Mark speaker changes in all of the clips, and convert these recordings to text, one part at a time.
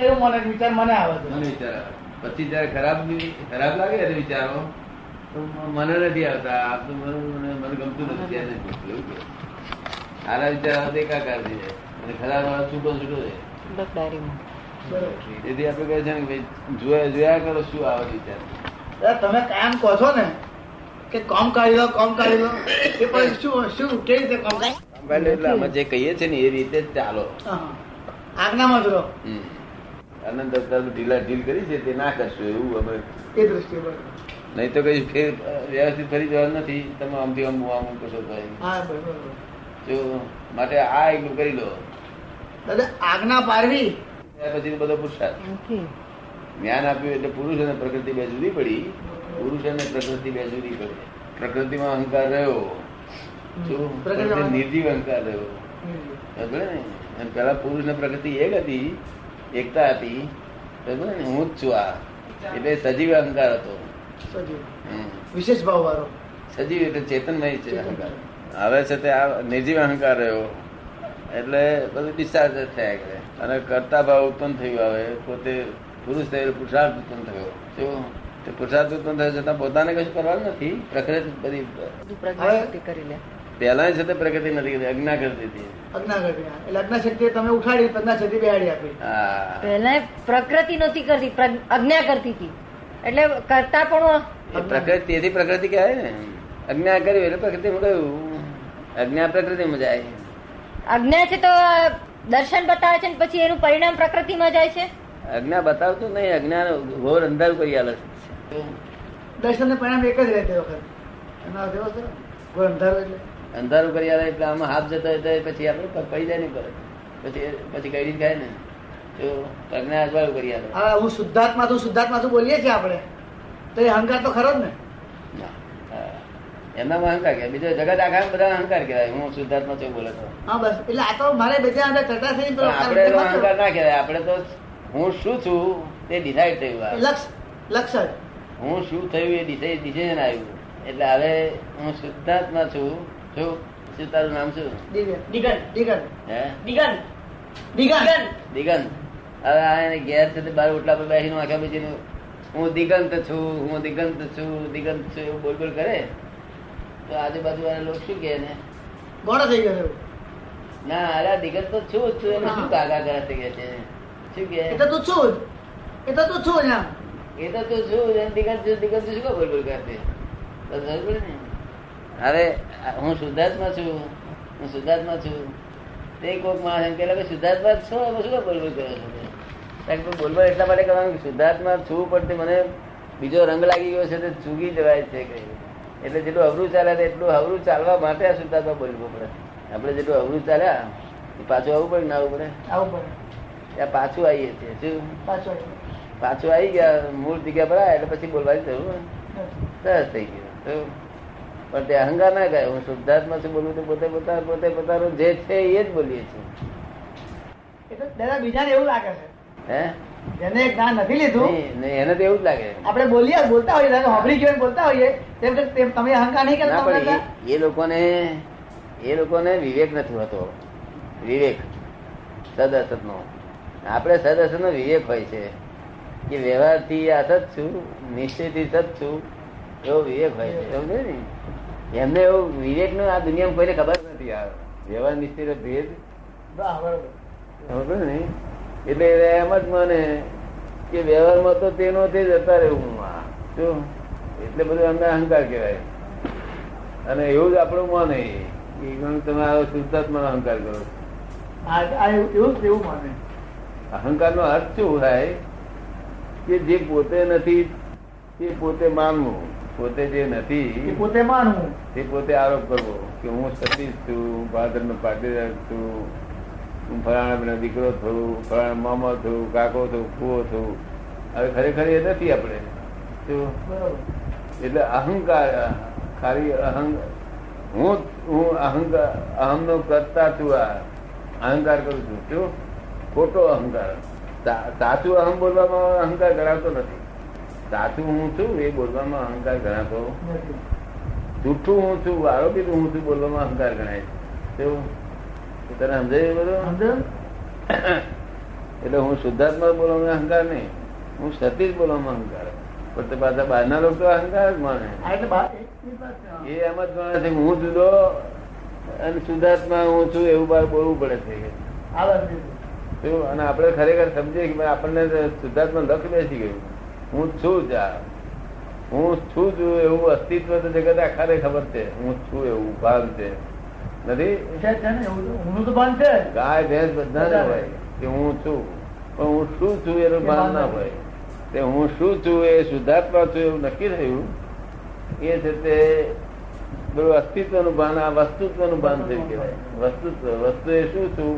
Speaker 1: એવું મને વિચાર મને આવે છે
Speaker 2: મને વિચાર આવે. પછી જયારે ખરાબ ની- ખરાબ લાગે ને વિચારો તો મ- મને નથી આવતા આ તો મને મને- મને ગમતું નથી ત્યારે નથી. એવું કે સારા વિચાર આવે તો એકાકાર થઈ જાય અને ખરાબ આવે છૂટો છૂટો જાય
Speaker 3: બસ ડાયરીમાં
Speaker 1: બરોબર.
Speaker 2: તેથી આપણે કહે છે ને કે ભાઈ જોયા જોયા કરો શું આવે વિચાર
Speaker 1: દાદા, તમે કાયમ કહો છો ને કે કોમ કાઢી લો કોમ કાઢી લો એ પછી શું શું કેવી રીતે કોમ કાઢી
Speaker 2: સંભાળે એટલે અમે જે કહીએ છીએ ને એ રીતે જ ચાલો
Speaker 1: હા, હા. આજ્ઞામાં જ રહો
Speaker 2: હમ. આનંદ અવતાર ઢીલા ઢીલ કરી છે તે ના કરશું એવું અમે
Speaker 1: એ દ્રષ્ટિએ બરોબર.
Speaker 2: નહીં તો કઈ ફેર વ્યવસ્થિત ફરી જવાનું નથી તમે આમથી આમ આમ આમ કરશો તો એમ.
Speaker 1: હા બરોબર
Speaker 2: જો માટે આ એકલું કરી લો
Speaker 1: દાદા આજ્ઞા પાડવી
Speaker 2: ત્યાર પછી બધો પુરુષાર્થ
Speaker 3: નથી
Speaker 2: જ્ઞાન આપ્યું એટલે પુરુષ અને પ્રકૃતિ બે જુદી પડી પુરુષ અને પ્રકૃતિ બે જુદી પડી પ્રકૃતિમાં અહંકાર રહ્યો જો
Speaker 1: પ્રકૃતિમાં-
Speaker 2: નિર્જીવ અહંકાર રહ્યો સમજ્યો ને? અને પેલા પુરુષ ને પ્રકૃતિ એક હતી એકતા હતી સમજ્યો ને? હું જ છું આ એટલે સજીવ અહંકાર હતો
Speaker 1: સજીવ.
Speaker 2: હમ.
Speaker 1: વિશેષ ભાવ વાળો
Speaker 2: સજીવ એટલે ચેતનમય છે
Speaker 1: ચેતન.
Speaker 2: અહંકાર હવે છે તે આ નિર્જીવ અહંકાર રહ્યો એટલે બધું ડિસ્ચાર્જ જ થયા કરે અને કરતા ભાવ ઉત્પન્ન થયું હવે પોતે પુરુષ થયેલો પુરુષાર્થ ઉત્પન્ન થયો જો તે પુરુષાર્થ ઉત્પન્ન થયો છતાં પોતાને કશું કરવાનું નથી પ્રકૃતિ બધી
Speaker 3: બધું પ્રજ્ઞાશક્તિ કરી લે
Speaker 2: પહેલા છે તે પ્રગતિ નથી કરી અજ્ઞા કરતી હતી
Speaker 1: અજ્ઞા કરવી હા. એટલે અજ્ઞા શક્તિ તમે ઉઠાડી પ્રજ્ઞા શક્તિ બેહાડી આપી
Speaker 2: હા
Speaker 3: પહેલા પ્રકૃતિ નહોતી કરતી પ્રજ્ઞ- અજ્ઞા કરતી હતી એટલે કરતા પણ
Speaker 2: એ પ્રકૃતિ તેથી પ્રકૃતિ કહેવાય ને અજ્ઞા કરી એટલે પ્રકૃતિમાં ગયું અજ્ઞા પ્રકૃતિમાં જાય
Speaker 3: અજ્ઞા છે તો દર્શન બતાવે છે ને પછી એનું પરિણામ પ્રકૃતિમાં જાય છે
Speaker 2: અજ્ઞા બતાવતું જ નહીં અજ્ઞા ઘોર અંધારું કરી આલે છે
Speaker 1: દર્શનને પરિણામ એક જ રહે તે વખત એના જેવો જ રહે. કોઈ અંધારો એટલે
Speaker 2: અંધારું કરી આવે એટલે આમાં હાથ જતો હોય તો પછી આપણે પ- પડી જાય ને પર પછી પછી કઈ રીત થાય ને જો પ્રજ્ઞા અજવાળું કરી આવે
Speaker 1: હવે હું શુદ્ધાત્મા છું શુદ્ધાત્મા છું બોલીએ છીએ આપણે તો એ અહંકાર તો ખરો જ ને
Speaker 2: ના. હા. એમનામાં અહંકાર કહેવાય બીજો જગત આખા બધા અહંકાર કહેવાય હું શુદ્ધાત્મા છું બોલે તો
Speaker 1: હા બસ એટલે આ તો મારે બે ત્યાં અંદર ચર્ચા થઈ
Speaker 2: પણ આપણે તો અહંકાર ના કહેવાય આપણે તો હું શું છું તે ડિસાઈડ થયું આ.
Speaker 1: લક્ષ લક્ષ જ
Speaker 2: હું શું થયું એ ડિસાઈડ ડિસિઝન આવ્યું એટલે હવે હું શુદ્ધાત્મા છું શું શું તારું નામ શું
Speaker 1: દિવ્ય
Speaker 4: દિગન
Speaker 1: દિગર
Speaker 2: હે
Speaker 4: દિગન
Speaker 1: દિગર
Speaker 4: દિગન
Speaker 2: દિગંત હવે આ એને ઘેર છે તે બાર ઓટલા પર બેસીને આખા બેસીને હું દિગંત છું હું દિગંત છું દિગંત છું એવું બોલ બોલ કરે તો આજુબાજુ વાળા લોકો શું કહે ને
Speaker 1: ગોળો થઈ ગયો એવું.
Speaker 2: ના અરે આ દિગંત તો છું જ છું એને શું કાકા કરાતે કે છે શું કહે
Speaker 1: એ તો તું છું જ. એ તો તું છું જ એમ.
Speaker 2: એ તો તું છું એમ દિગંત છું દિગંત છું શું કામ બોલ બોલ કરતી તો સમજ પડી ને? હવે આ હું શુદ્ધાત્મા છું હું શુદ્ધાત્મા છું તે કોઈક માણસ એમ કહેલા કે શુદ્ધાત્મા જ છો એમાં શું કામ બોલ બોલ કરો છો તે? કારણ કે બોલવા એટલા માટે કરવાનું કે શુદ્ધાત્મા છું પણ તે મને બીજો રંગ લાગી ગયો છે તે ચૂકી જવાય છે કહ્યું એટલે જેટલું અવરું ચાલે તે એટલું અવરું ચાલવા માટે આ શુદ્ધાત્મા બોલવું પડે આપણે જેટલું અવરું ચાલ્યા એ પાછું આવવું પડે કે ના આવવું પડે
Speaker 1: આવું પડે
Speaker 2: ત્યાં પાછું આવીએ છીએ શું
Speaker 1: પાછો આવ્યો.
Speaker 2: પાછું આવી ગયા મૂળ જગ્યા પર આવ્યા એટલે પછી બોલવાની જરૂર સરસ થઈ ગયું તો પણ તે અહંકાર ના ગયા હું શુદ્ધાત્મા છું બોલું તો પોતે પોતા પોતે પોતાનું જે છે એ જ બોલીએ છીએ
Speaker 1: એ તો દાદા બીજાને એવું લાગે છે
Speaker 2: હે
Speaker 1: જેને જ્ઞાન નથી લીધું
Speaker 2: નહીં, નહીં, એને તો એવું જ લાગે
Speaker 1: આપણે બોલીએ બોલતા હોઈએ દાદા હોભળી ગયો એમ બોલતા હોઈએ તેમ કે તેમ તમે અહંકાર નહીં
Speaker 2: ના
Speaker 1: કરતા
Speaker 2: પણ
Speaker 1: દાદા?
Speaker 2: એ- એ લોકોને એ લોકોને વિવેક નથી હોતો વિવેક સદસતનો આપણે સદસતનો વિવેક હોય છે કે વ્યવહારથી આ સત છું નિશ્ચયથી સત છું એવો વિવેક હોય છે સમજે ને એમને એવો વિવેકનો આ દુનિયામાં કોઈને ખબર નથી આ વ્યવહાર નિશ્ચયનો ભેદ
Speaker 1: વાહ, બરોબર.
Speaker 2: સમજે ને એટલે એમ જ મને કે વ્યવહારમાં તો તેનો તે જતા રહેવું શું એટલે બધું એમને અહંકાર કહેવાય અને એવું જ આપણું મન એ કે ઘણું તમે આ શુદ્ધાત્માનો અહંકાર કરો
Speaker 1: આ આ એવું એવું એવું માને
Speaker 2: અહંકારનો અર્થ શું થાય કે જે પોતે નથી તે પોતે માનવું પોતે જે
Speaker 1: એ
Speaker 2: નથી
Speaker 1: પોતે માનવું
Speaker 2: તે પોતે આરોપ કરવો કે હું સતીશ છું હું ભાદરનો પાટીદાર છું હું ફલાણા બેનો દીકરો છું ફલાણા મામા છું કાકો છું કુવો છું હવે ખરેખર એ નથી આપણે શું
Speaker 1: બરોબર
Speaker 2: એટલે અહંકાર ખાલી અહં હું હું અહંકાર અહમનો કરતા છું આ અહંકાર કરું છું શું ખોટો અહંકાર સા- સાચું અહમ બોલવામાં અહંકાર ગણાતો નથી સાચું હું છું એ બોલવામાં અહંકાર ગણાતો
Speaker 1: નથી.
Speaker 2: જૂઠું હું છું આરોપિત હું છું બોલવામાં અહંકાર ગણાય છે શું? તો તને સમજાયું એ બધું
Speaker 1: સમજાયું?
Speaker 2: એટલે હું શુદ્ધાત્મા બોલવાનો અહંકાર નહીં હું સતી જ બોલવામાં અહંકાર પણ તે પાછા બહારના લોકો અહંકાર જ માને
Speaker 1: આ એટલે બા- એટલી જ વાત છે.
Speaker 2: એ એમ જ માને છે કે હું જુદો અને શુદ્ધાત્મા હું છું એવું બાર બોલવું પડે છે
Speaker 1: આ વાત છે.
Speaker 2: તો અને આપણે ખરેખર સમજીએ કે ભાઈ આપણને તો શુદ્ધાત્મા લખ બેસી ગયું હું જ છું જ આ. હું જ છું છું એવું અસ્તિત્વ તો જગત આખાને ખબર છે હું જ છું એવું ભાન છે નથી
Speaker 1: છે- છે ને એવું તો. ઊંધું તો ભાન છે જ.
Speaker 2: ગાય ભેંસ બધાને હોય કે હું છું પણ હું શું છું એનું ભાન ના હોય તે હું શું છું એ શુદ્ધાત્મા છું એવું નક્કી થયું એ છે તે બધું અસ્તિત્વનું ભાન આ વસ્તુત્વનું ભાન થઈ કહેવાય વસ્તુત્વ વસ્તુ એ શું છું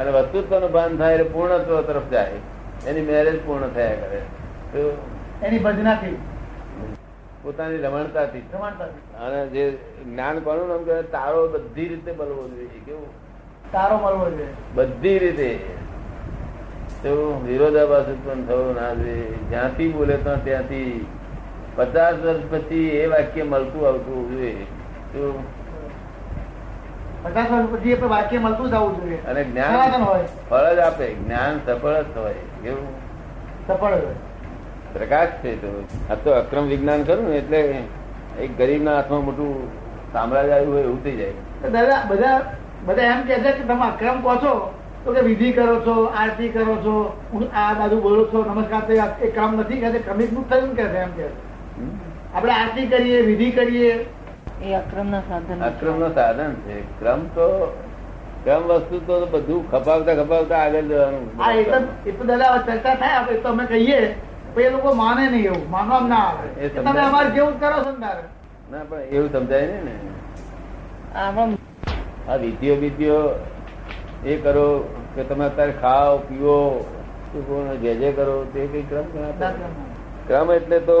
Speaker 2: અને વસ્તુત્વનું ભાન થાય એટલે પૂર્ણત્વ તરફ જાય એની મેરેજ પૂર્ણ થયા કરે તો
Speaker 1: એની ભજનાથી
Speaker 2: પોતાની રમણતાથી
Speaker 1: રમણતાથી
Speaker 2: અને જે જ્ઞાન કોનું નામ કહેવાય તારો બધી રીતે બનવો જોઈએ કેવું
Speaker 1: તારો મળવો છે
Speaker 2: બધી રીતે તો વિરોધાભાસ ઉત્પન્ન થવો ના જોઈએ જ્યાંથી બોલે તો ત્યાંથી પચાસ વર્ષ પછી એ વાક્ય મળતું આવતું જોઈએ તો
Speaker 1: પચાસ વર્ષ પછી એ પણ વાક્ય મળતું જ આવવું જોઈએ
Speaker 2: અને
Speaker 1: સનાતન
Speaker 2: જ્ઞાન
Speaker 1: હોય
Speaker 2: ફળ જ આપે જ્ઞાન સફળ જ હોય એવું
Speaker 1: સફળ હોય
Speaker 2: પ્રકાશ છે તો આ તો અક્રમ વિજ્ઞાન ખરું ને એટલે એક ગરીબના હાથમાં મોટું સામ્રાજ્ય આવ્યું હોય એવું થઈ જાય
Speaker 1: તો દાદા બધા બધા એમ કે છે કે તમે અક્રમ કહો છો તો કે વિધિ કરો છો આરતી કરો છો હું આ બાજુ બોલો છો નમસ્કાર થઈ આ- એ ક્રમ નથી કહેતા ક્રમિકભૂત થયું કે છે એમ કે છે.
Speaker 2: હમ?
Speaker 1: આપણે આરતી કરીએ વિધિ કરીએ
Speaker 5: એ અક્રમ ના સાધન
Speaker 2: અક્રમ નો સાધન છે ક્રમ તો ક્રમ વસ્તુ તો બધું ખપાવતા ખપાવતા આગળ
Speaker 1: આ એ તો
Speaker 2: જવાનું
Speaker 1: એ તો દાદા ચર્ચા થાય આપણે તો અમે કહીએ પણ એ લોકો માને નહીં એવું માનવામાં ના આવે
Speaker 2: એ
Speaker 1: કે તમે
Speaker 2: સમજાય.
Speaker 1: અમારે જેવું જ કરો છો ને તારે
Speaker 2: ના પણ એવું સમજાય નહીં ને
Speaker 5: આપણા
Speaker 2: આ વિધિઓ વિધિઓ એ કરો કે તમે અત્યારે ખાઓ પીઓ શું કોને જે જે કરો તે કઈ ક્રમ ગણાતો
Speaker 1: દાદા
Speaker 2: નથી. ક્રમ એટલે તો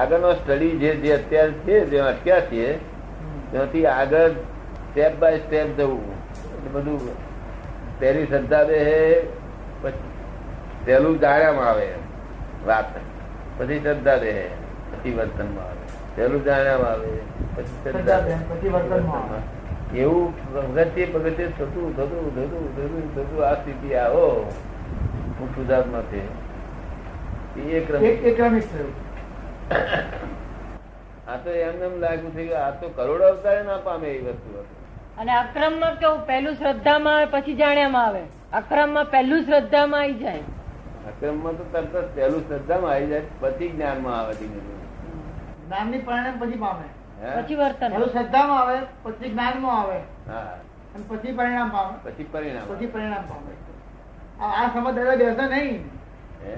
Speaker 2: આગળનો સ્ટડી જે જે અત્યારે છે જે અત્યાર છે ત્યાંથી આગળ સ્ટેપ બાય સ્ટેપ જવું એટલે બધું પહેલી શ્રદ્ધા દે પછી પહેલું જાણ્યામાં આવે વાત પછી શ્રદ્ધા દે પછી વર્તનમાં આવે પહેલું જાણ્યામાં આવે પછી શ્રદ્ધા દે
Speaker 1: પછી વર્તનમાં આવે.
Speaker 2: એવું પગથિયે પગથિયે થતું થતું થતું થતું થતું આ સ્થિતિ આવો હું શુદ્ધાત્માથી એ ક્રમ
Speaker 1: એક- એક ક્રમિક થયું
Speaker 2: આ તો એમને એમ લાગ્યું છે કે આ તો કરોડો અવતારે ના પામે એ વસ્તુ હતી
Speaker 3: અને અક્રમમાં કેવું પહેલું શ્રદ્ધામાં આવે પછી જાણ્યામાં આવે અક્રમમાં પહેલું શ્રદ્ધામાં આવી જાય
Speaker 2: અક્રમમાં તો તરત જ પહેલું શ્રદ્ધામાં આવી જાય પછી જ્ઞાનમાં આવે ધીમે ધીમે.
Speaker 1: જ્ઞાનની પરિણામ પછી પામે
Speaker 2: હે?
Speaker 3: પછી વર્તન
Speaker 1: પહેલું શ્રદ્ધામાં આવે પછી જ્ઞાનમાં આવે
Speaker 2: હા
Speaker 1: અને પછી પરિણામ પામે
Speaker 2: પછી પરિણામ
Speaker 1: પછી
Speaker 2: આવે.
Speaker 1: પરિણામ પામે આ આ સમજ દાદા બેસે નહીં
Speaker 2: હે?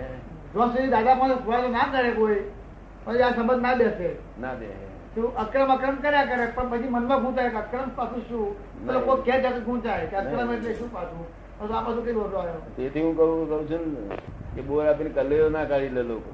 Speaker 1: જો સુધી દાદા પાસે ખુવાડો ના કરે કોઈ પછી આ સમજ ના બેસે
Speaker 2: ના દે
Speaker 1: તો અક્રમ અક્રમ કર્યા કરે પણ પછી મનમાં ગૂંચાય કે અક્રમ પાછું શું તો
Speaker 2: નહીં.
Speaker 1: લોકો કે છે કે ગૂંચાય કે અક્રમ
Speaker 2: નહીં.
Speaker 1: એટલે શું પાછું પછી આ પાછું કઈ રોટો આવ્યો
Speaker 2: તેથી હું કહું કહું છું ને કે બોર આપીને કલ્લેલો ના કાઢી લે લોકો